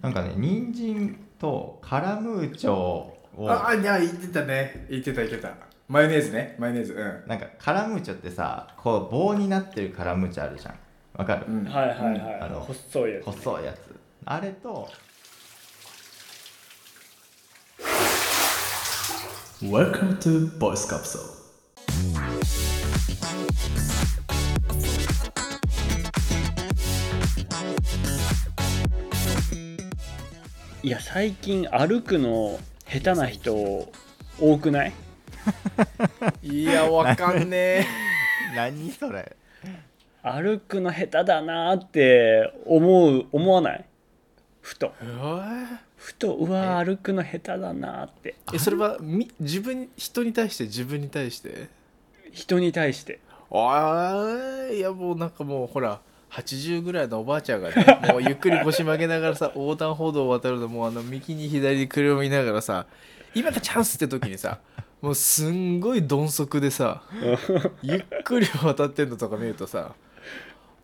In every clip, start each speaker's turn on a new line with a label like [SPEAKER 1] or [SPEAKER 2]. [SPEAKER 1] なんかね人参とカラムーチョを
[SPEAKER 2] ああいや言ってたね言ってた言ってたマヨネーズねマヨネーズう
[SPEAKER 1] なんかカラムーチョってさこう棒になってるカラムーチョあるじゃんわかる、
[SPEAKER 2] ん、うん、
[SPEAKER 3] はいはいはい、
[SPEAKER 1] あの
[SPEAKER 3] 細いやつ、
[SPEAKER 1] 細いやつあれと
[SPEAKER 4] Welcome to Voice Capsule.
[SPEAKER 3] いや最近歩くの下手な人多くない
[SPEAKER 2] いやわかんね
[SPEAKER 1] 何それ
[SPEAKER 3] 歩くの下手だなーって思う思わないふと
[SPEAKER 2] え
[SPEAKER 3] ふとうわー歩くの下手だなーって
[SPEAKER 2] えそれはみ自分人に対して自分に対して
[SPEAKER 3] 人に対して
[SPEAKER 2] ああいやもうなんかもうほら80ぐらいのおばあちゃんが ねもうゆっくり腰曲げながらさ横断歩道を渡るのもうあの右に左に車を見ながらさ今がチャンスって時に さもうすんごい鈍足でさゆっくり渡ってんのとか見るとさ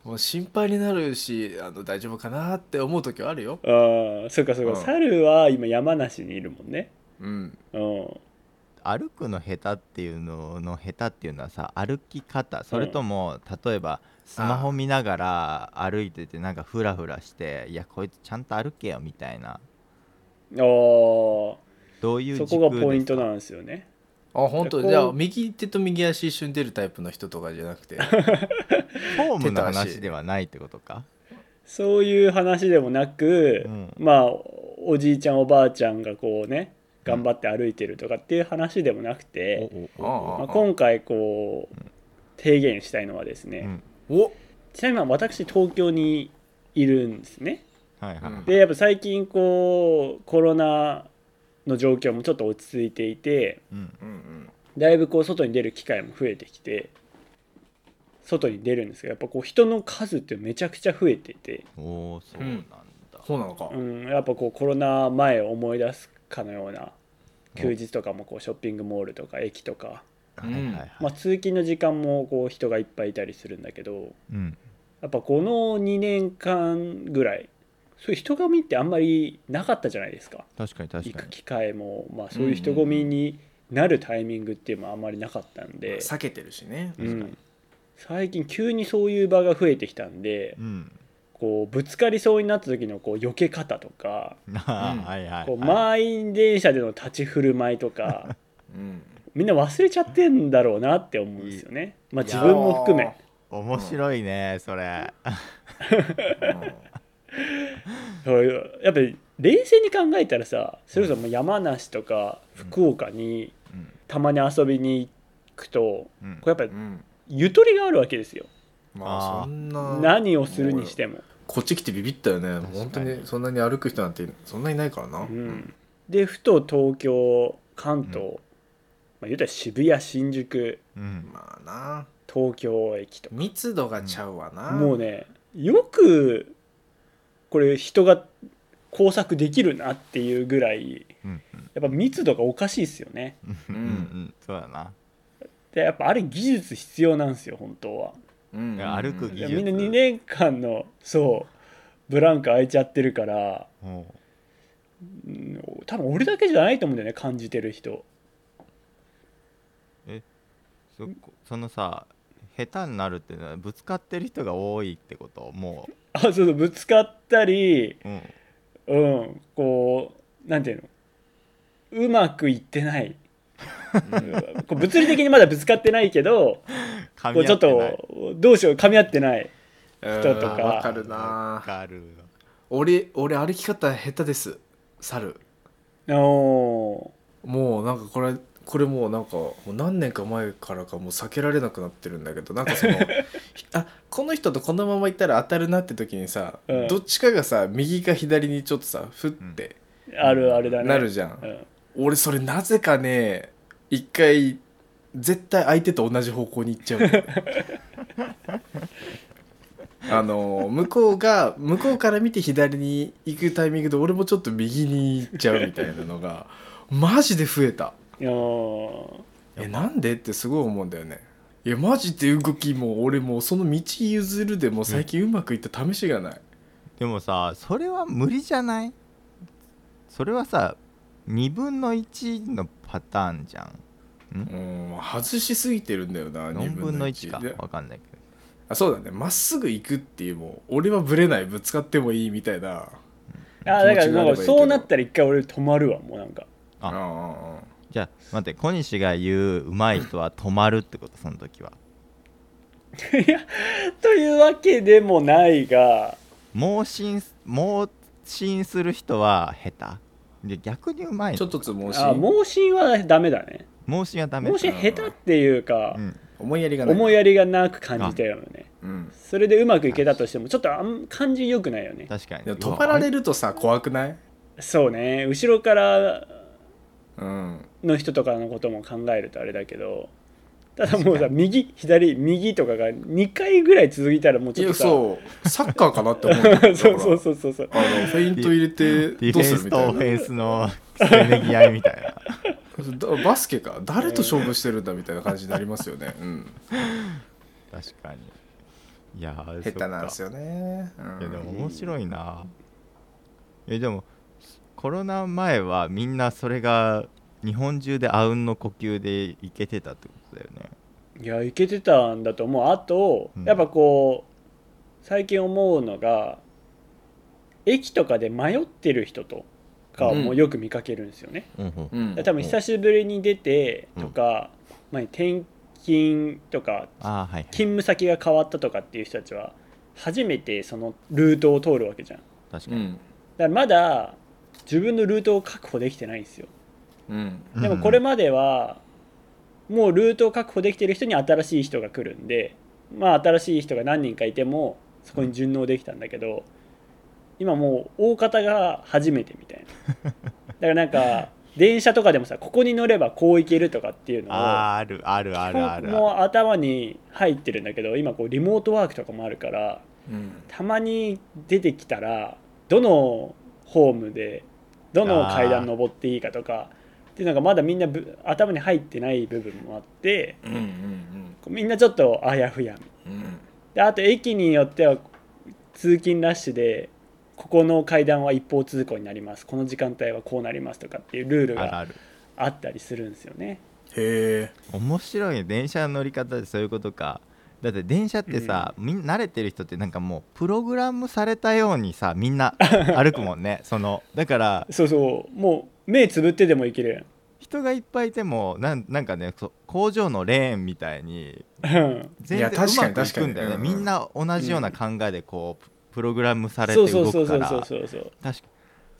[SPEAKER 2] もう心配になるしあの大丈夫かなって思う時はあるよ。
[SPEAKER 3] ああそうかそうか、
[SPEAKER 2] うん
[SPEAKER 3] 猿は今山梨にいるもんね
[SPEAKER 2] うん、
[SPEAKER 3] うん
[SPEAKER 1] 歩くの下手っていうのの下手っていうのはさ歩き方それとも、例えばスマホ見ながら歩いててなんかフラフラしていやこいつちゃんと歩けよみたいな
[SPEAKER 3] あー
[SPEAKER 1] どういう
[SPEAKER 3] そ
[SPEAKER 1] 軸
[SPEAKER 3] こがポイント
[SPEAKER 1] です
[SPEAKER 3] な
[SPEAKER 1] か
[SPEAKER 3] んですよね
[SPEAKER 2] あ本当
[SPEAKER 3] こう
[SPEAKER 2] じゃあ右手と右足一緒に出るタイプの人とかじゃなく て
[SPEAKER 1] フォームの
[SPEAKER 2] 手と
[SPEAKER 1] 話
[SPEAKER 2] 足
[SPEAKER 1] ではないってことか
[SPEAKER 3] そういう話でもなく、
[SPEAKER 1] うん
[SPEAKER 3] まあおじいちゃんおばあちゃんがこうね頑張って歩いてるとかっていう話でもなくて、
[SPEAKER 2] おお
[SPEAKER 3] まあ、今回こう提言したいのはですね、
[SPEAKER 1] うん
[SPEAKER 2] お
[SPEAKER 3] ちなみにまあ私東京にいるんですね
[SPEAKER 1] はいはい、
[SPEAKER 2] うん
[SPEAKER 3] でやっぱ最近こうコロナの状況もちょっと落ち着いていて
[SPEAKER 1] うん
[SPEAKER 2] うんうん
[SPEAKER 3] だいぶこう外に出る機会も増えてきて外に出るんですけどやっぱこう人の数ってめちゃくちゃ増えていて、
[SPEAKER 1] おおそうなんだ、
[SPEAKER 2] そうなのか、
[SPEAKER 3] うん、やっぱこうコロナ前を思い出すかのような休日とかもこうショッピングモールとか駅とか、
[SPEAKER 2] うん
[SPEAKER 1] はいはいはい、
[SPEAKER 3] まあ、通勤の時間もこう人がいっぱいいたりするんだけど
[SPEAKER 1] うん
[SPEAKER 3] やっぱこの2年間ぐらいそういう人混みってあんまりなかったじゃないですか
[SPEAKER 1] 確かに確
[SPEAKER 3] 行
[SPEAKER 1] か
[SPEAKER 3] く
[SPEAKER 1] に
[SPEAKER 3] 機会も、まあ、そういう人混みになるタイミングっていうのはあんまりなかったんで、
[SPEAKER 2] 避けてるしね、
[SPEAKER 3] うん最近急にそういう場が増えてきたんで
[SPEAKER 1] うん
[SPEAKER 3] こうぶつかりそうになった時のこう避け方とか
[SPEAKER 1] あー はいはい、
[SPEAKER 3] こう
[SPEAKER 1] はい
[SPEAKER 3] 満員電車での立ち振る舞いとか
[SPEAKER 2] うん
[SPEAKER 3] みんな忘れちゃってんだろうなって思うんですよね、まあ、自分も含め。
[SPEAKER 1] 面白いねそれ
[SPEAKER 3] そういうやっぱり冷静に考えたらさそれこそもう山梨とか福岡に
[SPEAKER 1] うん
[SPEAKER 3] たまに遊びに行くと
[SPEAKER 1] うん
[SPEAKER 3] これやっぱり
[SPEAKER 2] うん
[SPEAKER 3] ゆとりがあるわけですよ
[SPEAKER 2] ま
[SPEAKER 1] あー
[SPEAKER 2] あそんな
[SPEAKER 3] 何をするにしても。
[SPEAKER 2] こっち来てビビったよね
[SPEAKER 1] かに
[SPEAKER 2] 本当にそんなに歩く人なんてそんなにいないからな、
[SPEAKER 3] うん、でふと東京関東、まあ、言うたら渋谷新宿
[SPEAKER 1] うん
[SPEAKER 2] まあな
[SPEAKER 3] 東京駅と
[SPEAKER 2] 密度がちゃうわな、
[SPEAKER 3] もうねよくこれ人が工作できるなっていうぐらい
[SPEAKER 1] うん
[SPEAKER 3] やっぱ密度がおかしいですよね
[SPEAKER 1] うんうんうんそうだな、
[SPEAKER 3] でやっぱあれ技術必要なんですよ本当は
[SPEAKER 2] うんうんうん、
[SPEAKER 1] 歩く
[SPEAKER 3] い
[SPEAKER 1] 技
[SPEAKER 3] や
[SPEAKER 1] 術
[SPEAKER 3] みんな2年間のそうブランク空いちゃってるから、
[SPEAKER 1] おう
[SPEAKER 3] うん多分俺だけじゃないと思うんだよね感じてる人
[SPEAKER 1] そこそのさ下手になるっていうのはぶつかってる人が多いってことも
[SPEAKER 3] あそうそうぶつかったり
[SPEAKER 1] う、うん、
[SPEAKER 3] うん、こう、なんていうの、うまくいってない。うんこう物理的にまだぶつかってないけど、
[SPEAKER 1] 噛
[SPEAKER 3] こう
[SPEAKER 1] み
[SPEAKER 3] ち
[SPEAKER 1] 合
[SPEAKER 3] ょっ
[SPEAKER 1] ってない
[SPEAKER 3] と、どうしよう、噛み合ってない。
[SPEAKER 2] 人
[SPEAKER 3] とか
[SPEAKER 2] わかる
[SPEAKER 1] わ
[SPEAKER 2] な
[SPEAKER 1] かるわ
[SPEAKER 2] 俺俺歩き方下手です猿
[SPEAKER 3] お
[SPEAKER 2] もうなんかこれこれもうなんかもう何年か前からかもう避けられなくなってるんだけどなんかそ のあこの人とこのまま行ったら当たるなって時にさ、
[SPEAKER 3] うん
[SPEAKER 2] どっちかがさ右か左にちょっとさふって
[SPEAKER 3] ーあるあるだね。
[SPEAKER 2] なるじゃん、
[SPEAKER 3] うん
[SPEAKER 2] 俺それなぜかね一回絶対相手と同じ方向に行っ ちゃうんだよねあの向こうが向こうから見て左に行くタイミングで俺もちょっと右に行っちゃうみたいなのがマジで増えた
[SPEAKER 3] お
[SPEAKER 2] えなんでってすごい思うんだよねいやマジで動きも俺もうその道譲るでも最近うまくいった試しがない、
[SPEAKER 1] でもさそれは無理じゃないそれはさ2分の1のパターンじゃん
[SPEAKER 2] うん外しすぎてるんだよな
[SPEAKER 1] 4
[SPEAKER 2] 2
[SPEAKER 1] 分
[SPEAKER 2] 分
[SPEAKER 1] の
[SPEAKER 2] の
[SPEAKER 1] 1
[SPEAKER 2] 1
[SPEAKER 1] か
[SPEAKER 2] で
[SPEAKER 1] 分かんないけど
[SPEAKER 2] あそうだねまっすぐ行くっていうもう俺はぶれないぶつかってもいいみたいな
[SPEAKER 3] あだから
[SPEAKER 2] 気持ちがあればいい
[SPEAKER 3] なんか
[SPEAKER 2] けど
[SPEAKER 3] そうなったら一回俺止まるわもうなんか
[SPEAKER 1] あ
[SPEAKER 2] うんうんうん
[SPEAKER 1] じゃあ待って小西が言ううまい人は止まるってことその時は
[SPEAKER 3] というわけでもないが
[SPEAKER 1] 盲信盲信する人は下手で逆にうまい
[SPEAKER 2] ちょっ
[SPEAKER 1] の
[SPEAKER 2] とつ盲
[SPEAKER 3] あ
[SPEAKER 2] 信
[SPEAKER 3] 盲信はダメだね
[SPEAKER 1] 盲信はダメ
[SPEAKER 3] 盲信下手っていうか
[SPEAKER 1] う、ん
[SPEAKER 2] 思いやりがない
[SPEAKER 3] 思いやりがなく感じたよね
[SPEAKER 2] うん
[SPEAKER 3] それでうまくいけたとしてもちょっとあん感じ良くないよね
[SPEAKER 1] 確かに
[SPEAKER 2] でも止まられ
[SPEAKER 1] る
[SPEAKER 2] るとさ怖くない
[SPEAKER 3] そうね後ろから
[SPEAKER 2] うん
[SPEAKER 3] の人とかのことも考えるとあれだけどただもうさ右左右とかが2回ぐらい続いたらもう
[SPEAKER 2] い
[SPEAKER 3] ちょっ
[SPEAKER 2] や
[SPEAKER 3] とさ
[SPEAKER 2] そうサッカーかなって思うんだけど
[SPEAKER 3] そうそうそうそうそう
[SPEAKER 2] あのフェイント入れて
[SPEAKER 1] ディフ
[SPEAKER 2] どう
[SPEAKER 1] ェン
[SPEAKER 2] する
[SPEAKER 1] ス
[SPEAKER 2] み
[SPEAKER 1] と
[SPEAKER 2] た
[SPEAKER 1] オフ
[SPEAKER 2] い
[SPEAKER 1] ェンスのせめぎ合いみたいな
[SPEAKER 2] なバスケか誰と勝負してるんだみたいな感じになりますよね、うん、
[SPEAKER 1] 確かにいやー
[SPEAKER 2] 下手なんです
[SPEAKER 1] よ
[SPEAKER 2] よね、う
[SPEAKER 1] いやでも
[SPEAKER 2] ん、
[SPEAKER 1] 面白いなえでもコロナ前はみんなそれが日本中であうんの呼吸でいけてたってことだよね
[SPEAKER 3] いやいけてたんだと思うあと、
[SPEAKER 1] うん
[SPEAKER 3] やっぱこう最近思うのが駅とかで迷ってる人とか
[SPEAKER 2] うん
[SPEAKER 3] もよく見かけるんですよね、
[SPEAKER 1] うんうん
[SPEAKER 2] うん
[SPEAKER 3] 多分久しぶりに出て
[SPEAKER 1] うん
[SPEAKER 3] とか、前転勤とか
[SPEAKER 1] ああはいはい
[SPEAKER 3] 勤務先が変わったとかっていう人たちは初めてそのルートを通るわけじゃんだか
[SPEAKER 1] 確か
[SPEAKER 2] う
[SPEAKER 1] に、
[SPEAKER 2] ん
[SPEAKER 3] らまだ自分のルートを確保できてないんですよ
[SPEAKER 2] うん
[SPEAKER 1] うん
[SPEAKER 3] でもこれまではもうルートを確保できてる人に新しい人が来るんでまあ新しい人が何人かいてもそこに順応できたんだけど今もう大方が初めてみたいなだからな んか電車とかでもさここに乗ればこう行けるとかっていうのを
[SPEAKER 1] あーあるあるあるある
[SPEAKER 3] もう頭に入ってるんだけど今こうリモートワークとかもあるから
[SPEAKER 2] うん
[SPEAKER 3] たまに出てきたらどのホームでどの階段登っていいかとかっていうのがまだみんなぶ頭に入ってない部分もあって
[SPEAKER 2] うんうん
[SPEAKER 3] こうみんなちょっとあやふや
[SPEAKER 2] うんうん
[SPEAKER 3] であと駅によっては通勤ラッシュでここの階段は一方通行になりますこの時間帯はこうなりますとかっていうルール
[SPEAKER 1] ある
[SPEAKER 3] が
[SPEAKER 1] ある
[SPEAKER 3] あったりするんですよね。
[SPEAKER 2] へえ
[SPEAKER 1] 面白いね電車の乗り方でそういうことかだって電車ってさ、みんな慣れてる人ってなんかもうプログラムされたようにさみん な歩くもんねそのだから
[SPEAKER 3] そうそうもう目つぶってでもいける
[SPEAKER 1] 人がいっぱいいてもなんなんかねそう工場のレーンみたいに
[SPEAKER 3] うん
[SPEAKER 1] 全然
[SPEAKER 2] いや
[SPEAKER 1] う
[SPEAKER 2] 確か
[SPEAKER 1] ま
[SPEAKER 2] に
[SPEAKER 1] くいくんだよね、
[SPEAKER 2] 確かに
[SPEAKER 1] み
[SPEAKER 2] うん
[SPEAKER 1] んな同じような考えでこう、プログラムされ
[SPEAKER 3] そう
[SPEAKER 1] て
[SPEAKER 3] そう
[SPEAKER 1] 動
[SPEAKER 3] そう
[SPEAKER 1] く
[SPEAKER 3] そ
[SPEAKER 1] か
[SPEAKER 3] う
[SPEAKER 1] ら
[SPEAKER 3] そう
[SPEAKER 1] 確か
[SPEAKER 3] そうそう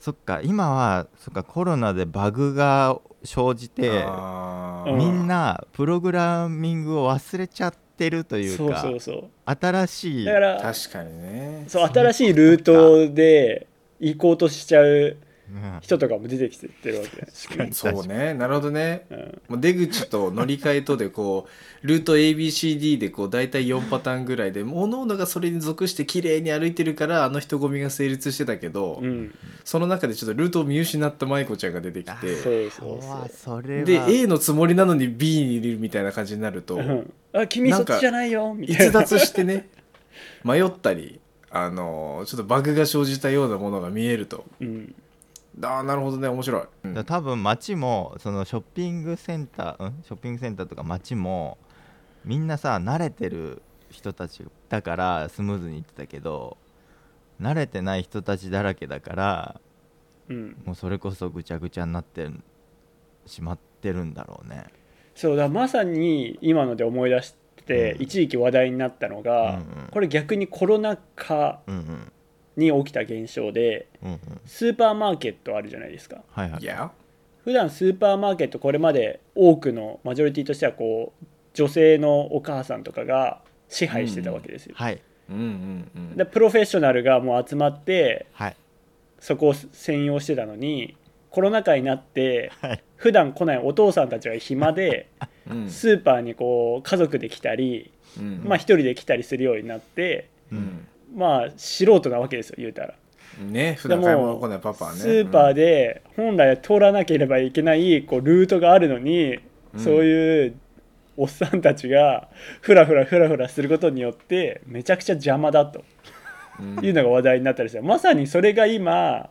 [SPEAKER 1] そっか今はそっかコロナでバグが生じて
[SPEAKER 2] あ
[SPEAKER 3] う
[SPEAKER 2] ー
[SPEAKER 1] みんなプログラミングを忘れちゃってるという
[SPEAKER 3] そう
[SPEAKER 1] か
[SPEAKER 3] そうそう
[SPEAKER 1] 新しい
[SPEAKER 3] だから
[SPEAKER 2] 確かにね
[SPEAKER 3] そう新しいルートで行こうとしちゃう
[SPEAKER 1] うん
[SPEAKER 3] 人とかも出てきてってるわけ確か
[SPEAKER 2] そうねなるほどね
[SPEAKER 3] うん、
[SPEAKER 2] もう出口と乗り換えとでこうルート ABCD でこう大体4パターンぐらいでおのおのがそれに属して綺麗に歩いてるからあの人混みが成立してたけど、
[SPEAKER 3] うん、
[SPEAKER 2] その中でちょっとルートを見失った舞子ちゃんが出てき
[SPEAKER 3] そ
[SPEAKER 2] て
[SPEAKER 3] う
[SPEAKER 1] そ
[SPEAKER 3] そう
[SPEAKER 1] う
[SPEAKER 3] そ
[SPEAKER 1] わ
[SPEAKER 3] う
[SPEAKER 1] それは
[SPEAKER 2] で A のつもりなのに B にいるみたいな感じになると
[SPEAKER 3] うんあ君そっちじゃないよみたい
[SPEAKER 2] 逸
[SPEAKER 3] な
[SPEAKER 2] 脱して ね迷ったりあのちょっとバグが生じたようなものが見えると
[SPEAKER 3] うん
[SPEAKER 2] ああなるほどね面白い、うん
[SPEAKER 1] だから多分街もそのショッピングセンター、うん、ショッピングセンターとか街もみんなさ慣れてる人たちだからスムーズにいってたけど慣れてない人たちだらけだから
[SPEAKER 3] うん、
[SPEAKER 1] もうそれこそぐちゃぐちゃになってるしまってるんだろうね。
[SPEAKER 3] そうだまさに今ので思い出して、
[SPEAKER 1] うん
[SPEAKER 3] 一時期話題になったのが、
[SPEAKER 1] うんうん
[SPEAKER 3] これ逆にコロナ禍
[SPEAKER 1] うんうん
[SPEAKER 3] に起きた現象で
[SPEAKER 1] うんうん
[SPEAKER 3] スーパーマーケットあるじゃないですか
[SPEAKER 1] はいはいい。
[SPEAKER 2] や
[SPEAKER 3] 普段スーパーマーケットこれまで多くのマジョリティとしてはこう女性のお母さんとかが支配してたわけですよ、
[SPEAKER 1] はい
[SPEAKER 2] うんうんうん
[SPEAKER 3] でプロフェッショナルがもう集まって
[SPEAKER 1] はい
[SPEAKER 3] そこを専用してたのにコロナ禍になって
[SPEAKER 1] はい
[SPEAKER 3] 普段来ないお父さんたちが暇で
[SPEAKER 2] うん
[SPEAKER 3] スーパーにこう家族で来たり
[SPEAKER 2] うん
[SPEAKER 3] まあ一人で来たりするようになって
[SPEAKER 2] うん
[SPEAKER 3] まあ素人なわけですよ言うたら。
[SPEAKER 2] ね普
[SPEAKER 3] で
[SPEAKER 2] 段買い物
[SPEAKER 3] も
[SPEAKER 2] 来ないパパはね
[SPEAKER 3] スーパーで本来は通らなければいけないこうルートがあるのに、
[SPEAKER 2] うん
[SPEAKER 3] そういうおっさんたちがふらふらふらふらすることによってめちゃくちゃ邪魔だと
[SPEAKER 2] うん
[SPEAKER 3] いうのが話題になったりしてまさにそれが今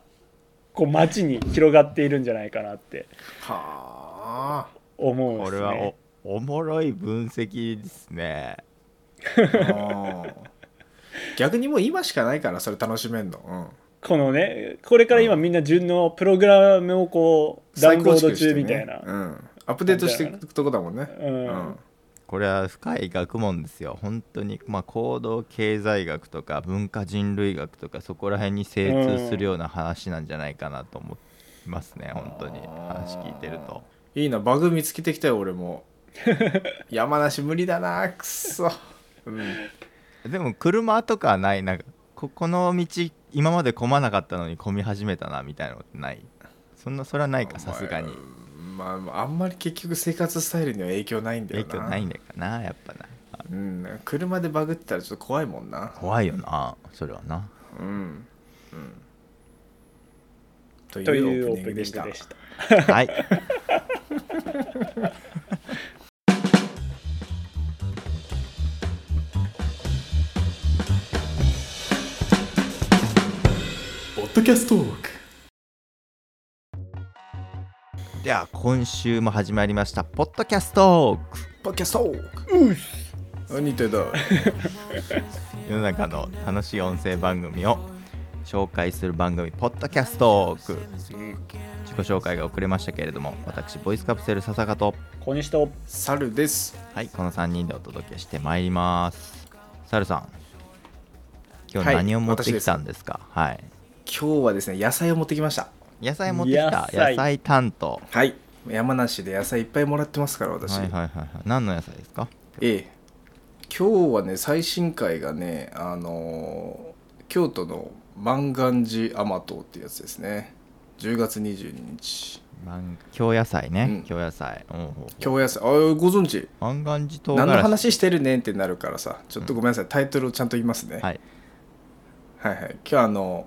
[SPEAKER 3] 構街に広がっているんじゃないかなって
[SPEAKER 2] はあ
[SPEAKER 3] 思うんで
[SPEAKER 1] こ
[SPEAKER 3] す
[SPEAKER 1] れ
[SPEAKER 3] ね
[SPEAKER 1] はおおもろい分析ですね
[SPEAKER 2] 逆にもう今しかないからそれ楽しめんの、
[SPEAKER 3] このねこれから今みんな順のプログラムをこ
[SPEAKER 2] う、
[SPEAKER 3] うんダウンロード
[SPEAKER 2] 再構築して
[SPEAKER 3] 中
[SPEAKER 2] ね
[SPEAKER 3] みたいな、
[SPEAKER 2] うん、アップデートしていくとこだもんね
[SPEAKER 3] うん
[SPEAKER 2] うん
[SPEAKER 1] これは深い学問ですよ本当にまあ行動経済学とか文化人類学とかそこら辺に精通するような話なんじゃないかなと思いますね、本当に話聞いてると
[SPEAKER 2] いいなバグ見つけてきたよ俺も 山梨無理だなくっそ、うん、
[SPEAKER 1] でも車とかはないなんかここの道今まで混まなかったのに混み始めたなみたいなのってないそんなそれはないかさすがに
[SPEAKER 2] まああんまり結局生活スタイルには影響ないんだよ
[SPEAKER 1] 影
[SPEAKER 2] な
[SPEAKER 1] 響ないんだよかなやっぱな
[SPEAKER 2] うん、車でバグってたらちょっと怖いもんな
[SPEAKER 1] 怖いよなそれはな
[SPEAKER 2] うん、うん、と
[SPEAKER 3] と
[SPEAKER 2] い
[SPEAKER 3] いうう
[SPEAKER 2] オ
[SPEAKER 3] オ
[SPEAKER 2] ープ
[SPEAKER 3] ー
[SPEAKER 2] ニン
[SPEAKER 3] プニ
[SPEAKER 2] グ
[SPEAKER 3] ング
[SPEAKER 2] でした
[SPEAKER 3] でした
[SPEAKER 1] はい
[SPEAKER 4] ポッドキャストトーク
[SPEAKER 1] では今週も始まりましたポッドキャストトーク
[SPEAKER 2] ポッドキャスト何言ってんだ
[SPEAKER 1] 世の中の楽しい音声番組を紹介する番組「ポッドキャストーク」自己紹介が遅れましたけれども私ボイスカプセル笹香と、
[SPEAKER 3] 小西と
[SPEAKER 2] 猿です
[SPEAKER 1] はい、この3人でお届けしてまいりますサルさん今
[SPEAKER 2] は
[SPEAKER 1] 日
[SPEAKER 2] い
[SPEAKER 1] 何を持ってきたんですかはい、
[SPEAKER 2] 今日はですね野菜を持ってきました
[SPEAKER 1] 野菜持ってきた
[SPEAKER 3] 野菜
[SPEAKER 1] 野菜担当
[SPEAKER 2] はい山梨で野菜いっぱいもらってますから私、
[SPEAKER 1] はいはいはいはい何の野菜ですか
[SPEAKER 2] ええ今日はね最新回がねあのー京都の万願寺甘党っていうやつですね10月22日
[SPEAKER 1] 万京野菜ね、
[SPEAKER 2] うん
[SPEAKER 1] 京野菜おうおう
[SPEAKER 2] 京野菜あご存知
[SPEAKER 1] 万願寺唐辛
[SPEAKER 2] 何
[SPEAKER 1] 子
[SPEAKER 2] の話してるねんってなるからさちょっとごめんなさい、タイトルをちゃんと言いますね、
[SPEAKER 1] はい
[SPEAKER 2] はいはい今日あの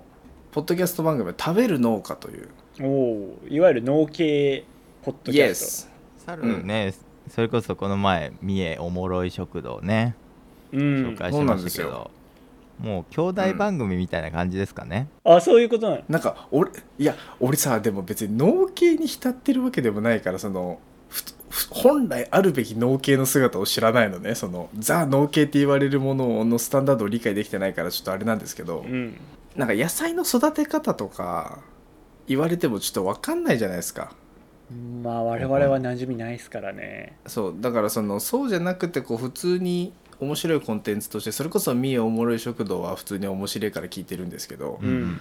[SPEAKER 2] ポッドキャスト番組「食べる農家」という
[SPEAKER 3] おおいわゆる農系ポッドキャス
[SPEAKER 1] 猿ね、それこそこの前三重おもろい食堂ね
[SPEAKER 3] ト、うん、
[SPEAKER 1] 紹介しましたけ
[SPEAKER 2] そう
[SPEAKER 1] ど、もう兄弟番組みたいな感じですかね、
[SPEAKER 3] あそういうことなの
[SPEAKER 2] なんか俺いや俺さでも別に農系に浸ってるわけでもないからそのふふ本来あるべき農系の姿を知らないのねそのザ農系って言われるもののスタンダードを理解できてないからちょっとあれなんですけど、
[SPEAKER 3] うん
[SPEAKER 2] なんか野菜の育て方とか言われてもちょっと分かんないじゃないですか
[SPEAKER 3] まあ我々は馴染みないですからね
[SPEAKER 2] そうだからそのそうじゃなくてこう普通に面白いコンテンツとしてそれこそ「みえおもろい食堂」は普通に面白いから聞いてるんですけど、
[SPEAKER 3] うん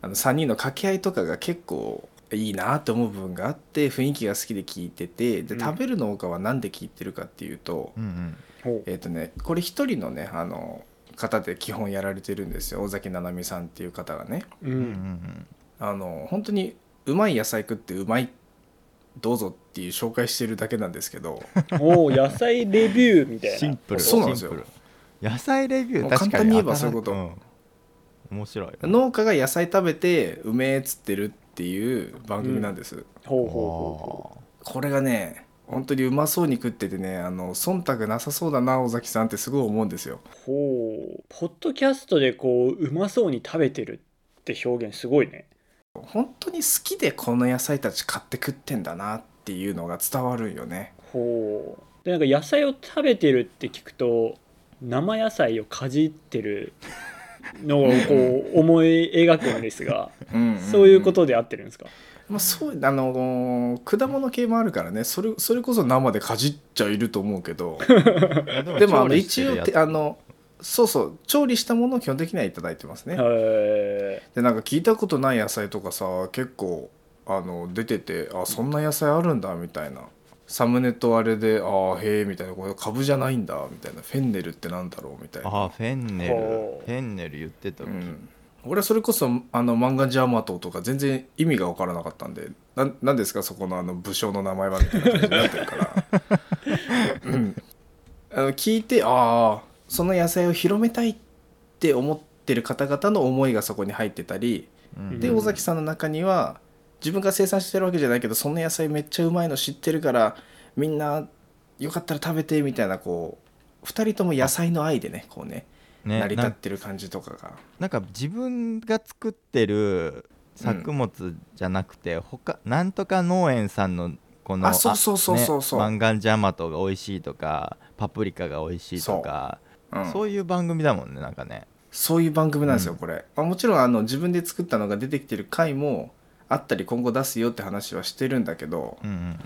[SPEAKER 2] あの3人の掛け合いとかが結構いいなって思う部分があって雰囲気が好きで聞いててで
[SPEAKER 3] うん
[SPEAKER 2] 食べる農家は何で聞いてるかっていうと、
[SPEAKER 1] うんうん
[SPEAKER 3] ほう
[SPEAKER 2] えっ、とねこれ一人のねあの方で基本やられてるんですよ尾崎七海さんっていう方がね
[SPEAKER 3] う
[SPEAKER 1] うん
[SPEAKER 3] ん
[SPEAKER 2] あの本当にうまい野菜食ってうまいどうぞっていう紹介してるだけなんですけど
[SPEAKER 3] おお野菜レビューみたいな
[SPEAKER 1] シンプル
[SPEAKER 2] そうなんですよ
[SPEAKER 1] シンプル野菜レビュ
[SPEAKER 2] も
[SPEAKER 1] ー
[SPEAKER 2] う
[SPEAKER 1] 確かに
[SPEAKER 2] 簡単に言え
[SPEAKER 1] 新
[SPEAKER 2] ば
[SPEAKER 1] し
[SPEAKER 2] そういうこと
[SPEAKER 1] ん面白い
[SPEAKER 2] 農家が野菜食べてうめえっつってるっていう番組なんです、
[SPEAKER 3] ほうほうほ
[SPEAKER 1] お
[SPEAKER 2] これがね本当にうまそうに食っててねあの忖度なさそうだな尾崎さんってすごい思うんですよ
[SPEAKER 3] うほうほうポッドキャストでこううまそうに食べてるって表現すごいね
[SPEAKER 2] 本当に好きでこの野菜たち買って食ってんだなっていうのが伝わるん よね
[SPEAKER 3] ほうでなんか野菜を食べてるって聞くと生野菜をかじってるのをこう思い描くんですがそういうこ、とで合ってるんですか
[SPEAKER 2] まあ、そうあの果物系もあるからねそれそれこそ生でかじっちゃいると思うけ ど
[SPEAKER 1] ーいや
[SPEAKER 2] でもあ
[SPEAKER 1] 調
[SPEAKER 2] の
[SPEAKER 1] 理して
[SPEAKER 2] 一
[SPEAKER 1] る
[SPEAKER 2] 応
[SPEAKER 1] や
[SPEAKER 2] っ
[SPEAKER 1] つ
[SPEAKER 2] てあのそうそう調理したものを基本的にはいただいてますね
[SPEAKER 3] へ
[SPEAKER 2] でなんか聞いたことない野菜とかさ結構あの出ててあそんな野菜あるんだみたいなサムネとあれであーへえみたいなこれ株じゃないんだみたいなフェンネルってなんだろうみたいな、
[SPEAKER 1] あーフェンネル
[SPEAKER 3] ほう
[SPEAKER 1] フェンネル言ってた
[SPEAKER 2] う
[SPEAKER 1] 時、
[SPEAKER 2] ん、俺はそれこそあの漫画ジャーマトとか全然意味が分からなかったんでななんですかそこのあの武将の名前はみたいな感じになってるから、うん、あの聞いてああその野菜を広めたいって思ってる方々の思いがそこに入ってたり
[SPEAKER 1] うん
[SPEAKER 2] で
[SPEAKER 3] うん
[SPEAKER 2] 尾崎さんの中には自分が生産してるわけじゃないけどその野菜めっちゃうまいの知ってるからみんなよかったら食べてみたいなこう2人とも野菜の愛でねこうね
[SPEAKER 1] ね
[SPEAKER 2] 成り
[SPEAKER 1] な
[SPEAKER 2] 立っ
[SPEAKER 1] ん
[SPEAKER 2] てる感じとかが
[SPEAKER 1] なんか自分が作ってる作物じゃなくて、他なんとか農園さんのこの
[SPEAKER 2] あそうそうそうそうそう
[SPEAKER 1] あね、マンガンジャマトが美味しいとかパプリカが美味しいとか
[SPEAKER 2] うん
[SPEAKER 1] そういう番組だもんねなんかね
[SPEAKER 2] そういう番組なんですよ、
[SPEAKER 1] うん
[SPEAKER 2] これ、まあ、もちろんあの自分で作ったのが出てきてる回もあったり今後出すよって話はしてるんだけど
[SPEAKER 1] うんうんうん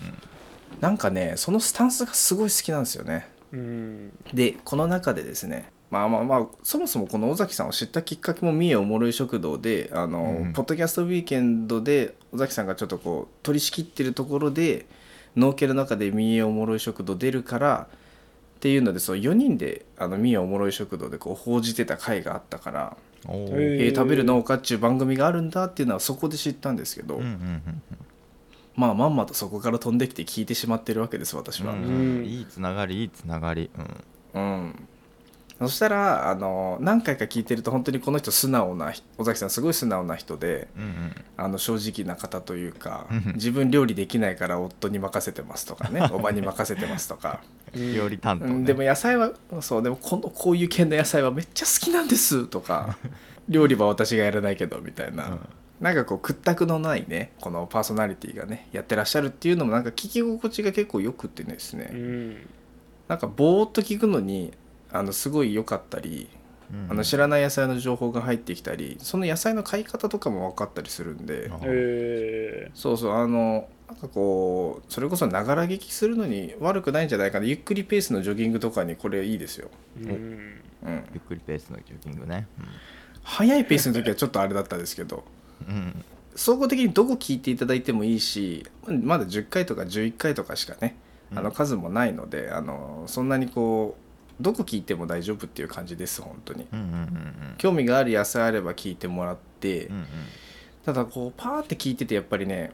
[SPEAKER 2] なんかねそのスタンスがすごい好きなんですよね
[SPEAKER 3] うん
[SPEAKER 2] でこの中でですねまあまあまあそもそもこの尾崎さんを知ったきっかけも三重おもろい食堂であの、
[SPEAKER 1] うん
[SPEAKER 2] ポッドキャストウィーケンドで尾崎さんがちょっとこう取り仕切ってるところで農家の中で三重おもろい食堂出るからっていうのでそう4人であの三重おもろい食堂でこう報じてた回があったから、
[SPEAKER 1] お
[SPEAKER 3] へ
[SPEAKER 1] ー
[SPEAKER 3] え
[SPEAKER 2] えー食べる農家っちゅう番組があるんだっていうのはそこで知ったんですけ
[SPEAKER 1] う
[SPEAKER 2] ど、
[SPEAKER 1] んうんうん
[SPEAKER 2] まあまんまとそこから飛んできて聞いてしまってるわけです私は。
[SPEAKER 1] うんうんいいつながりいいつながりうん
[SPEAKER 2] うん、そしたらあの何回か聞いてると本当にこの人素直な人尾崎さんすごい素直な人で
[SPEAKER 1] うん
[SPEAKER 2] あの正直な方というか
[SPEAKER 1] うん
[SPEAKER 2] 自分料理できないから夫に任せてますと かねおばに任せてますとか、
[SPEAKER 1] うん料理担当、
[SPEAKER 2] う
[SPEAKER 1] ね
[SPEAKER 2] んでも野菜はそうでもこのこういう系の野菜はめっちゃ好きなんですとか料理は私がやらないけどみたいな。
[SPEAKER 1] うん
[SPEAKER 2] なんかこう屈託のないねこのパーソナリティがねやってらっしゃるっていうのもなんか聞き心地が結構よくってですね、
[SPEAKER 3] うん
[SPEAKER 2] なんかぼーっと聞くのにあのすごい良かったり
[SPEAKER 1] うん
[SPEAKER 2] あの知らない野菜の情報が入ってきたりその野菜の買い方とかも分かったりするんで
[SPEAKER 1] あ
[SPEAKER 3] え
[SPEAKER 2] そうそうあのなんかこうそれこそながら聞きするのに悪くないんじゃないかなゆっくりペースのジョギングとかにこれいいですよ、
[SPEAKER 3] ーうん
[SPEAKER 2] うん、
[SPEAKER 1] ゆっくりペースのジョギングね
[SPEAKER 2] 早いペースの時はちょっとあれだったんですけど
[SPEAKER 1] うん、うん
[SPEAKER 2] 総合的にどこ聞いていただいてもいいしまだ10回とか11回とかしかねあ
[SPEAKER 1] う
[SPEAKER 2] の
[SPEAKER 1] ん
[SPEAKER 2] 数もないのであのそんなにこうどこ聞いても大丈夫っていう感じです本当に
[SPEAKER 1] うんうんうん
[SPEAKER 2] 興味がある野菜あれば聞いてもらって、
[SPEAKER 1] うんうんうん
[SPEAKER 2] ただこうパーって聞いててやっぱりね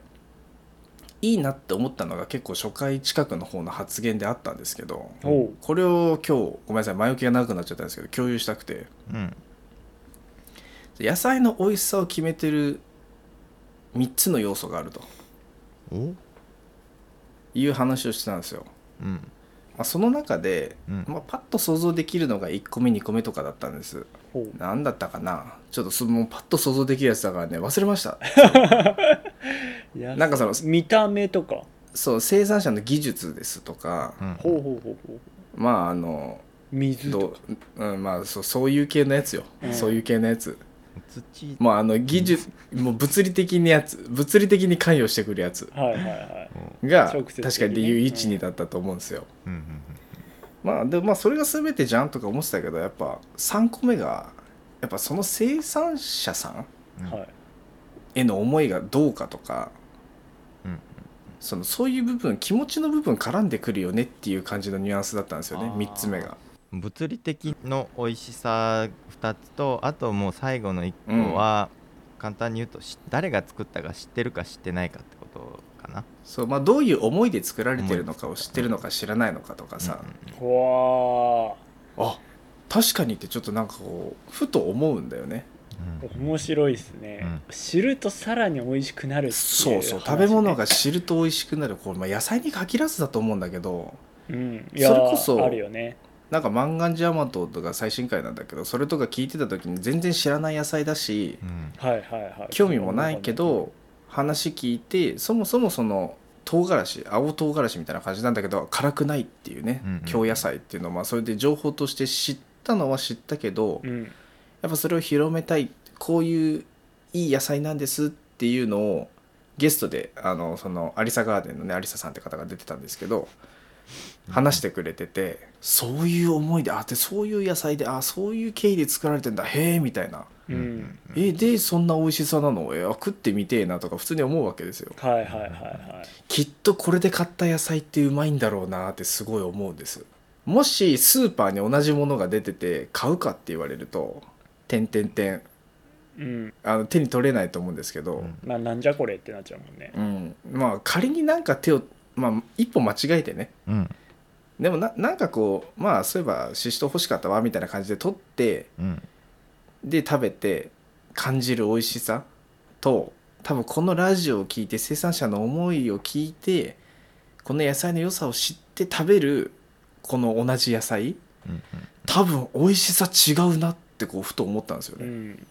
[SPEAKER 2] いいなって思ったのが結構初回近くの方の発言であったんですけど
[SPEAKER 3] おう
[SPEAKER 2] これを今日ごめんなさい前置きが長くなっちゃったんですけど共有したくて
[SPEAKER 1] うん
[SPEAKER 2] 野菜の美味しさを決めてる3つの要素があると
[SPEAKER 1] お
[SPEAKER 2] いう話をしてたんですよ、
[SPEAKER 1] うん
[SPEAKER 2] まあ、その中で、
[SPEAKER 1] うん
[SPEAKER 2] まあ、パッと想像できるのが1個目2個目とかだったんです
[SPEAKER 3] ほう
[SPEAKER 2] 何だったかなちょっとそのパッと想像できるやつだからね忘れましたなんかその
[SPEAKER 3] 見た目とか
[SPEAKER 2] そう生産者の技術ですとか、
[SPEAKER 1] うん
[SPEAKER 3] ほうほうほうほう
[SPEAKER 2] まああの
[SPEAKER 3] 水と
[SPEAKER 2] ど
[SPEAKER 3] か
[SPEAKER 2] う、うん、まあそうそういう系のやつよ、
[SPEAKER 3] うん
[SPEAKER 2] そういう系のやつ
[SPEAKER 1] 土
[SPEAKER 2] まああの技術、もう物理的にやつ物理的に関与してくるやつ
[SPEAKER 3] はいはいはい
[SPEAKER 2] が
[SPEAKER 3] 直
[SPEAKER 2] 確
[SPEAKER 3] 接的にね
[SPEAKER 2] かに理由
[SPEAKER 3] う
[SPEAKER 2] 12
[SPEAKER 3] ん
[SPEAKER 2] だったと思うんですよ、
[SPEAKER 1] うんうん
[SPEAKER 2] まあでもまあそれが全てじゃんとか思ってたけどやっぱ3個目がやっぱその生産者さん
[SPEAKER 1] うん
[SPEAKER 3] はい
[SPEAKER 2] への思いがどうかとか、
[SPEAKER 1] うん
[SPEAKER 2] そのそういう部分気持ちの部分絡んでくるよねっていう感じのニュアンスだったんですよね
[SPEAKER 3] あー
[SPEAKER 2] 3つ目が。
[SPEAKER 1] 物理的の美味しさ2つとあともう最後の1個は、簡単に言うとし誰が作ったか知ってるか知ってないかってことかな
[SPEAKER 2] そうまあ、どういう思いで作られてるのかを知ってるのか知らないのかとかさ、
[SPEAKER 3] うわ
[SPEAKER 2] あ確かにってちょっとなんかこうふと思うんだよね
[SPEAKER 1] うん
[SPEAKER 3] ー面白いですね、
[SPEAKER 1] うん
[SPEAKER 3] 知るとさらに美味しくなるっていう
[SPEAKER 2] そうそう
[SPEAKER 3] 話ね
[SPEAKER 2] 食べ物が知ると美味しくなるこれ、まあ、野菜に限らずだと思うんだけど
[SPEAKER 3] うん、いや
[SPEAKER 2] それこそ
[SPEAKER 3] あるよね
[SPEAKER 2] なんか「マンガンジャマト」とか最新回なんだけどそれとか聞いてた時に全然知らない野菜だし
[SPEAKER 1] うん
[SPEAKER 3] はいはいはい
[SPEAKER 2] 興味もないけど話聞いてそもそもその唐辛子青唐辛子みたいな感じなんだけど辛くないっていうね
[SPEAKER 1] うんうん
[SPEAKER 2] 京野菜っていうのはまあそれで情報として知ったのは知ったけど、
[SPEAKER 3] うん
[SPEAKER 2] やっぱそれを広めたいこういういい野菜なんですっていうのをゲストであのその有沙ガーデンのね有沙さんって方が出てたんですけど話してくれてて、そういう思いであってそういう野菜であそういう経緯で作られてんだへえみたいな、
[SPEAKER 3] うん、
[SPEAKER 2] えでそんな美味しさなのえあ食ってみてえなとか普通に思うわけですよ
[SPEAKER 3] はいはいはいはい
[SPEAKER 2] きっとこれで買った野菜ってうまいんだろうなってすごい思うんですもしスーパーに同じものが出てて買うかって言われると「てんてんてん」
[SPEAKER 3] うん
[SPEAKER 2] あの手に取れないと思うんですけど、
[SPEAKER 1] うん
[SPEAKER 3] まあなんじゃこれってなっちゃうもんね
[SPEAKER 2] うんまあ仮になんか手を、まあ、一歩間違えてね
[SPEAKER 1] うん
[SPEAKER 2] でもななんかこうまあそういえばししとう欲しかったわみたいな感じで取って
[SPEAKER 1] うん
[SPEAKER 2] で食べて感じる美味しさと多分このラジオを聞いて生産者の思いを聞いてこの野菜の良さを知って食べるこの同じ野菜
[SPEAKER 1] うん
[SPEAKER 2] 多分美味しさ違うなってこうふと思ったんですよ
[SPEAKER 3] う
[SPEAKER 2] ね。
[SPEAKER 3] ん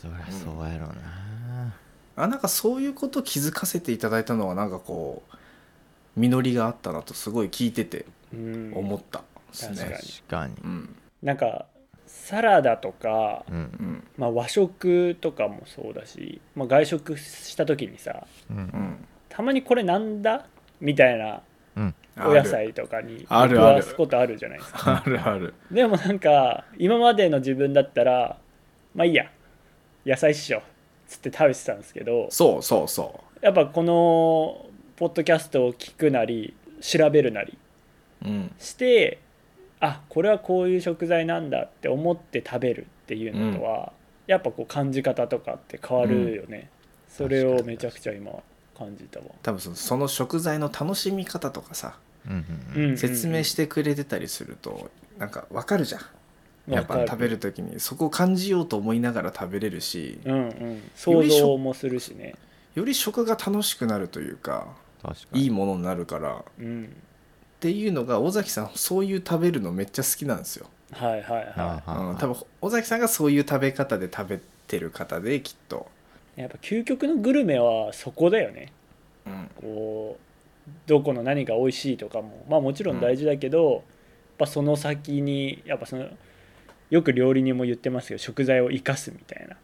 [SPEAKER 1] そりゃそうやろうな
[SPEAKER 2] あなんかそういうこと気づかせていただいたのはなんかこう実りがあったなとすごい聞いてて
[SPEAKER 3] うん
[SPEAKER 2] 思ったです
[SPEAKER 3] 確か
[SPEAKER 2] ね
[SPEAKER 3] に。
[SPEAKER 1] 確かに
[SPEAKER 2] うん
[SPEAKER 3] なんかサラダとか、
[SPEAKER 1] うん
[SPEAKER 2] うん
[SPEAKER 3] まあ、和食とかもそうだし、まあ、外食した時にさ
[SPEAKER 1] うん
[SPEAKER 2] うん
[SPEAKER 3] たまにこれなんだみたいな
[SPEAKER 1] うん
[SPEAKER 2] あ
[SPEAKER 3] お
[SPEAKER 2] る
[SPEAKER 3] 野菜とかに
[SPEAKER 2] あ
[SPEAKER 3] 出
[SPEAKER 2] るある
[SPEAKER 3] すことあるじゃないですか
[SPEAKER 2] あるある
[SPEAKER 3] でもなんか今までの自分だったらまあいいや野菜っしょつって食べてたんですけど
[SPEAKER 2] そうそうそ
[SPEAKER 3] やっぱこのポッドキャストを聞くなり調べるなり
[SPEAKER 2] ううん
[SPEAKER 3] してあこれはこういう食材なんだって思って食べるっていうのとは、やっぱこう感じ方とかって変わるよね、それをめちゃくちゃ今感じたわ、
[SPEAKER 2] 多分そのその食材の楽しみ方とかさ
[SPEAKER 1] うんうん
[SPEAKER 3] うんうんうん
[SPEAKER 2] 説明してくれてたりするとなんかわかるじゃんやっぱ
[SPEAKER 3] わか
[SPEAKER 2] 食べる時にそこを感じようと思いながら食べれるし
[SPEAKER 3] うんうん想像もするしね
[SPEAKER 2] より食が楽しくなるというか
[SPEAKER 1] 確かに
[SPEAKER 2] いいものになるからっ
[SPEAKER 3] うん
[SPEAKER 2] ていうのが尾崎さんそういう食べるのめっちゃ好きなんですよ、
[SPEAKER 3] はいはい
[SPEAKER 1] あー
[SPEAKER 3] は
[SPEAKER 1] はー
[SPEAKER 2] う
[SPEAKER 1] は
[SPEAKER 2] ん、
[SPEAKER 1] ー
[SPEAKER 2] 多分尾崎さんがそういう食べ方で食べてる方できっと、
[SPEAKER 3] いやっぱ究極のグルメはそこだよね
[SPEAKER 2] うん、
[SPEAKER 3] こうどこの何が美味しいとかもまあもちろん大事だけど、やっぱその先にやっぱそのよく料理人も言ってますけど食材を生かすみたいな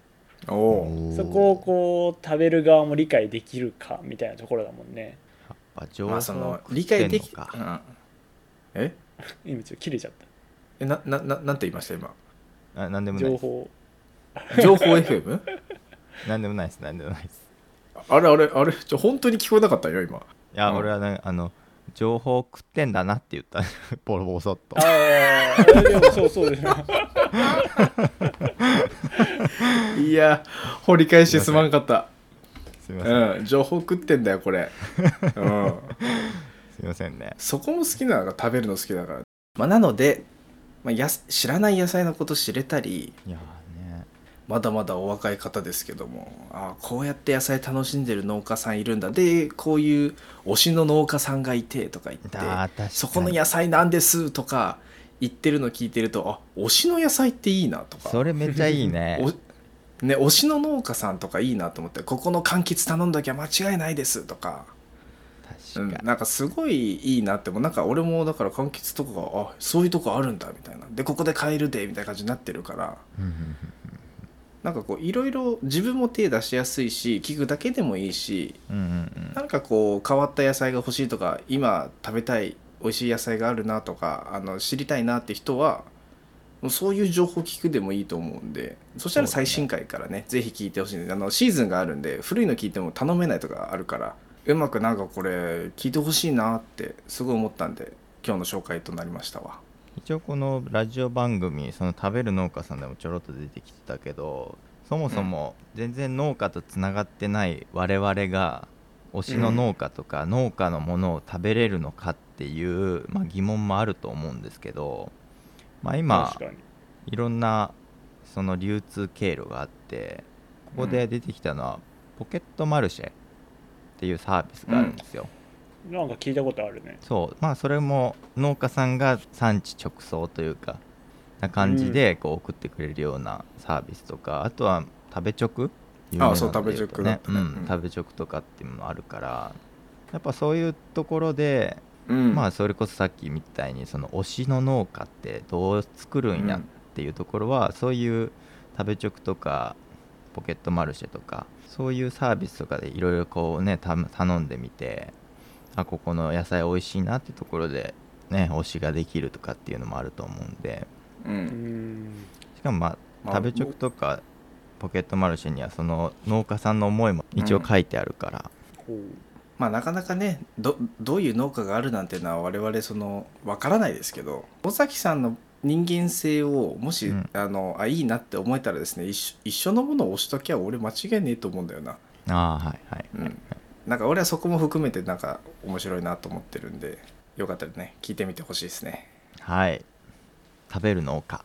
[SPEAKER 2] おお
[SPEAKER 1] おー
[SPEAKER 3] そこをこう食べる側も理解できるかみたいなところだもんね
[SPEAKER 1] やっぱ情
[SPEAKER 2] ま
[SPEAKER 1] 報
[SPEAKER 2] あその理解できた、うん、え
[SPEAKER 3] 今ちょっと切れちゃっ
[SPEAKER 2] えななななんて言いました今
[SPEAKER 1] あなんで
[SPEAKER 3] た
[SPEAKER 1] もないで
[SPEAKER 3] 情
[SPEAKER 1] す
[SPEAKER 3] 報
[SPEAKER 2] 情報 FM?
[SPEAKER 1] なんでもないですなんでもないです
[SPEAKER 2] あれあれあれちょ本当に聞こえなかったよ今
[SPEAKER 1] いや、
[SPEAKER 2] うん
[SPEAKER 1] 俺はねあの情報食ってんだなって言った ボロボソっと
[SPEAKER 3] ああでもそうそ うですね
[SPEAKER 2] いや掘り返してすまんかった
[SPEAKER 1] すみません、
[SPEAKER 2] うん情報食ってんだよこれ、うん、
[SPEAKER 1] すみませんね
[SPEAKER 2] そこも好きなのが食べるの好きだから、まあ、なので、まあ、やす知らない野菜のこと知れたり
[SPEAKER 1] いやーね
[SPEAKER 2] まだまだお若い方ですけどもああこうやって野菜楽しんでる農家さんいるんだでこういう推しの農家さんがいてとか言って
[SPEAKER 1] だー確かに
[SPEAKER 2] そこの野菜なんですとか言ってるの聞いてるとあ推しの野菜っていいなとか
[SPEAKER 1] それめっちゃいいね
[SPEAKER 2] おね推しの農家さんとかいいなと思ってここの柑橘頼んだきゃ間違いないですとか、う
[SPEAKER 1] 確
[SPEAKER 2] ん
[SPEAKER 1] か、に、
[SPEAKER 2] なんかすごいいいなってもうなんか俺もだから柑橘とかがあそういうとこあるんだみたいなでここで買えるでみたいな感じになってるから
[SPEAKER 1] うんうんうん
[SPEAKER 2] なんかこういろいろ自分も手出しやすいし器具だけでもいいし
[SPEAKER 1] うんうん
[SPEAKER 2] なんかこう変わった野菜が欲しいとか今食べたい美味しい野菜があるなとかあの知りたいなって人はもうそういう情報聞くでもいいと思うんでそしたら最新回からねぜひ聞いてほしいんであのシーズンがあるんで古いの聞いても頼めないとかあるからうまくなんかこれ聞いてほしいなってすごい思ったんで今日の紹介となりましたわ
[SPEAKER 1] 一応このラジオ番組その食べる農家さんでもちょろっと出てきてたけどそもそも全然農家とつながってない我々が推しの農家とか農家のものを食べれるのかっていう、まあ、疑問もあると思うんですけど、まあ、今
[SPEAKER 3] 確かに
[SPEAKER 1] いろんなその流通経路があってここで出てきたのはポケットマルシェっていうサービスがあるんですよ、
[SPEAKER 3] なんか聞いたことあるね
[SPEAKER 1] そうまあそれも農家さんが産地直送というかな感じでこう送ってくれるようなサービスとか、あとは食べ直有名なの
[SPEAKER 2] そう
[SPEAKER 1] で言と
[SPEAKER 2] 食べ直だった
[SPEAKER 1] う
[SPEAKER 2] ね
[SPEAKER 1] ん
[SPEAKER 2] うん
[SPEAKER 1] 食べ直とかっていうのもあるからやっぱそういうところで、
[SPEAKER 2] うん
[SPEAKER 1] まあそれこそさっきみたいにその推しの農家ってどう作るんやっていうところは、そういう食べ直とかポケットマルシェとかそういうサービスとかでいろいろこうねた頼んでみてあここの野菜美味しいなってところでね推しができるとかっていうのもあると思うんで
[SPEAKER 2] うん
[SPEAKER 3] うーん
[SPEAKER 1] しかもまあ
[SPEAKER 2] まあ
[SPEAKER 1] 食べ直とかポケットマルシェにはその農家さんの思いも一応書いてあるから、
[SPEAKER 3] ほう
[SPEAKER 2] まあなかなかねどどういう農家があるなんてのは我々そのわからないですけど尾崎さんの人間性をもし、
[SPEAKER 1] うん
[SPEAKER 2] あのあいいなって思えたらですね一緒一緒のものを押しときゃ俺間違いねえと思うんだよな、
[SPEAKER 1] ああはいはい、
[SPEAKER 2] うん、なんか俺はそこも含めてなんか面白いなと思ってるんでよかったらね聞いてみてほしいですね
[SPEAKER 1] はい食べる農家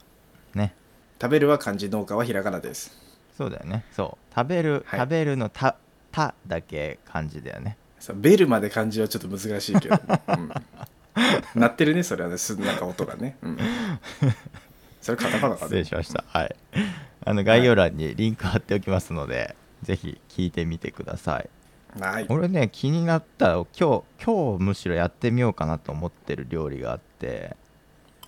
[SPEAKER 1] ね
[SPEAKER 2] 食べるは漢字農家はひらがなです
[SPEAKER 1] そうだよねそう食べる、
[SPEAKER 2] はい
[SPEAKER 1] 食べるのた「た」だけ漢字だよね
[SPEAKER 2] さベルまで漢字はちょっと難しいけど、うん、鳴ってるねそれはねすなんか音がね、うん、それカタカナか
[SPEAKER 1] 失礼
[SPEAKER 2] ね
[SPEAKER 1] しましたはいあの概要欄にリンク貼っておきますので、ぜひ聞いてみてください
[SPEAKER 2] ない
[SPEAKER 1] 俺ね気になった今日今日むしろやってみようかなと思ってる料理があって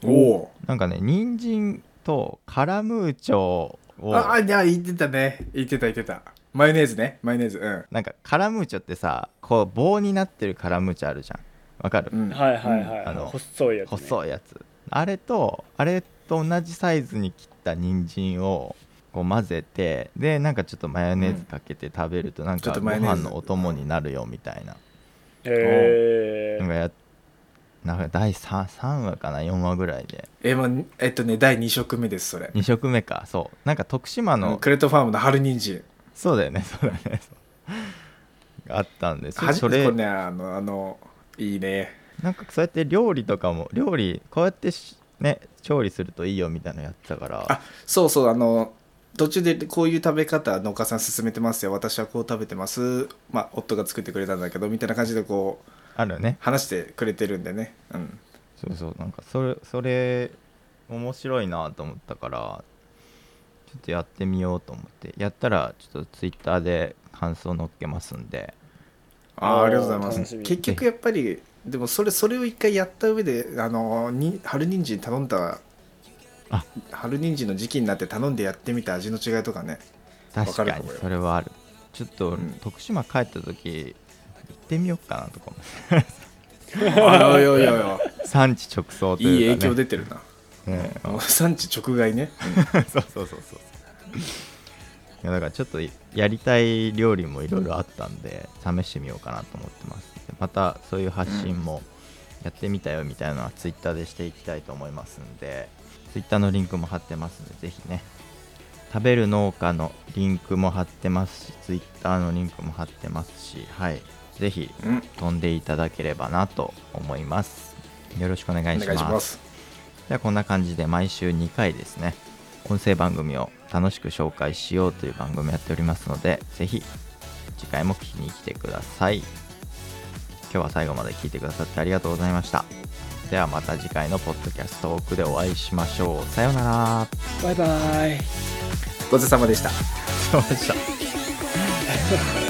[SPEAKER 2] おお
[SPEAKER 1] なんかね人参とカラムーチョを
[SPEAKER 2] ああいや言ってたね言ってた言ってたマヨネーズねマヨネーズう
[SPEAKER 1] なんかカラムーチョってさこう棒になってるカラムーチョあるじゃんわかる、
[SPEAKER 2] ん、うん、
[SPEAKER 3] はいはいはい、
[SPEAKER 1] あの
[SPEAKER 3] 細いやつ、ね、
[SPEAKER 1] 細いやつあれとあれと同じサイズに切った人参をこう混ぜてでなんかちょっとマヨネーズかけて食べるとなん
[SPEAKER 2] ちょ
[SPEAKER 1] か
[SPEAKER 2] っと
[SPEAKER 1] ご
[SPEAKER 2] マヨネー
[SPEAKER 1] 飯
[SPEAKER 2] ズ
[SPEAKER 1] のお供になるよみたいな
[SPEAKER 3] へ
[SPEAKER 1] なんか
[SPEAKER 3] え
[SPEAKER 1] やなんか第 3, 3話かな4話ぐらいで
[SPEAKER 2] えまあえっとね第2食目ですそれ
[SPEAKER 1] 2食目かそうなんか徳島
[SPEAKER 2] あの
[SPEAKER 1] の
[SPEAKER 2] クレートファームの春人参
[SPEAKER 1] そうだよねそうだよねそうがあったんです
[SPEAKER 2] 初
[SPEAKER 1] そ
[SPEAKER 2] めて
[SPEAKER 1] れ
[SPEAKER 2] これねあのあのいいね
[SPEAKER 1] なんかそうやって料理とかも料理こうやってしね調理するといいよみたいなのやってたから
[SPEAKER 2] あそうそうあの途中でこういう食べ方農家さん勧めてますよ私はこう食べてますまあ夫が作ってくれたんだけどみたいな感じでこう
[SPEAKER 1] あるよね
[SPEAKER 2] 話してくれてるんでねうん
[SPEAKER 1] そうそうなんかそれそれ面白いなと思ったからちょっとやってみようと思ってやったらちょっとツイッターで感想載っけますんで
[SPEAKER 2] あ
[SPEAKER 3] お
[SPEAKER 2] ー
[SPEAKER 3] ー
[SPEAKER 2] ありがとうございま
[SPEAKER 3] 楽
[SPEAKER 2] す
[SPEAKER 3] しみ
[SPEAKER 2] 結局やっぱりでもそれそれを一回やった上であのに春人参頼んだ
[SPEAKER 1] あ
[SPEAKER 2] 春人参の時期になって頼んでやってみた味の違いと かね
[SPEAKER 1] 確
[SPEAKER 2] わか
[SPEAKER 1] かに
[SPEAKER 2] ると思うよ
[SPEAKER 1] それはあるちょっと
[SPEAKER 2] ん
[SPEAKER 1] 徳島帰った時行ってみようかなとかも
[SPEAKER 2] あいやいやいや
[SPEAKER 1] 産地直送と
[SPEAKER 2] いい
[SPEAKER 1] いう
[SPEAKER 2] 影
[SPEAKER 1] か、
[SPEAKER 2] 響
[SPEAKER 1] ね、
[SPEAKER 2] 出てるな
[SPEAKER 1] ね
[SPEAKER 2] もう産地直外ね
[SPEAKER 1] そうそうそうそういやだからちょっとやりたい料理もいろいろあったんで試してみようかなと思ってますでまたそういう発信もやってみたよみたいなのはツイッターでしていきたいと思いますんでツイッターのリンクも貼ってますんでぜひね食べる農家のリンクも貼ってますしツイッターのリンクも貼ってますしはいぜひ
[SPEAKER 2] うん
[SPEAKER 1] 飛んでいただければなと思いますよろしくお願
[SPEAKER 2] お
[SPEAKER 1] いし
[SPEAKER 2] 願いし
[SPEAKER 1] ま
[SPEAKER 2] ますす
[SPEAKER 1] ではこんな感じで毎週2回ですね音声番組を楽しく紹介しようという番組をやっておりますのでぜひ次回も聞きに来てください今日は最後まで聞いてくださってありがとうございましたではまた次回のポッドキャストトークでお会いしましょうさようなら
[SPEAKER 3] バイバイ
[SPEAKER 2] ごちそうさまでした
[SPEAKER 1] そうでした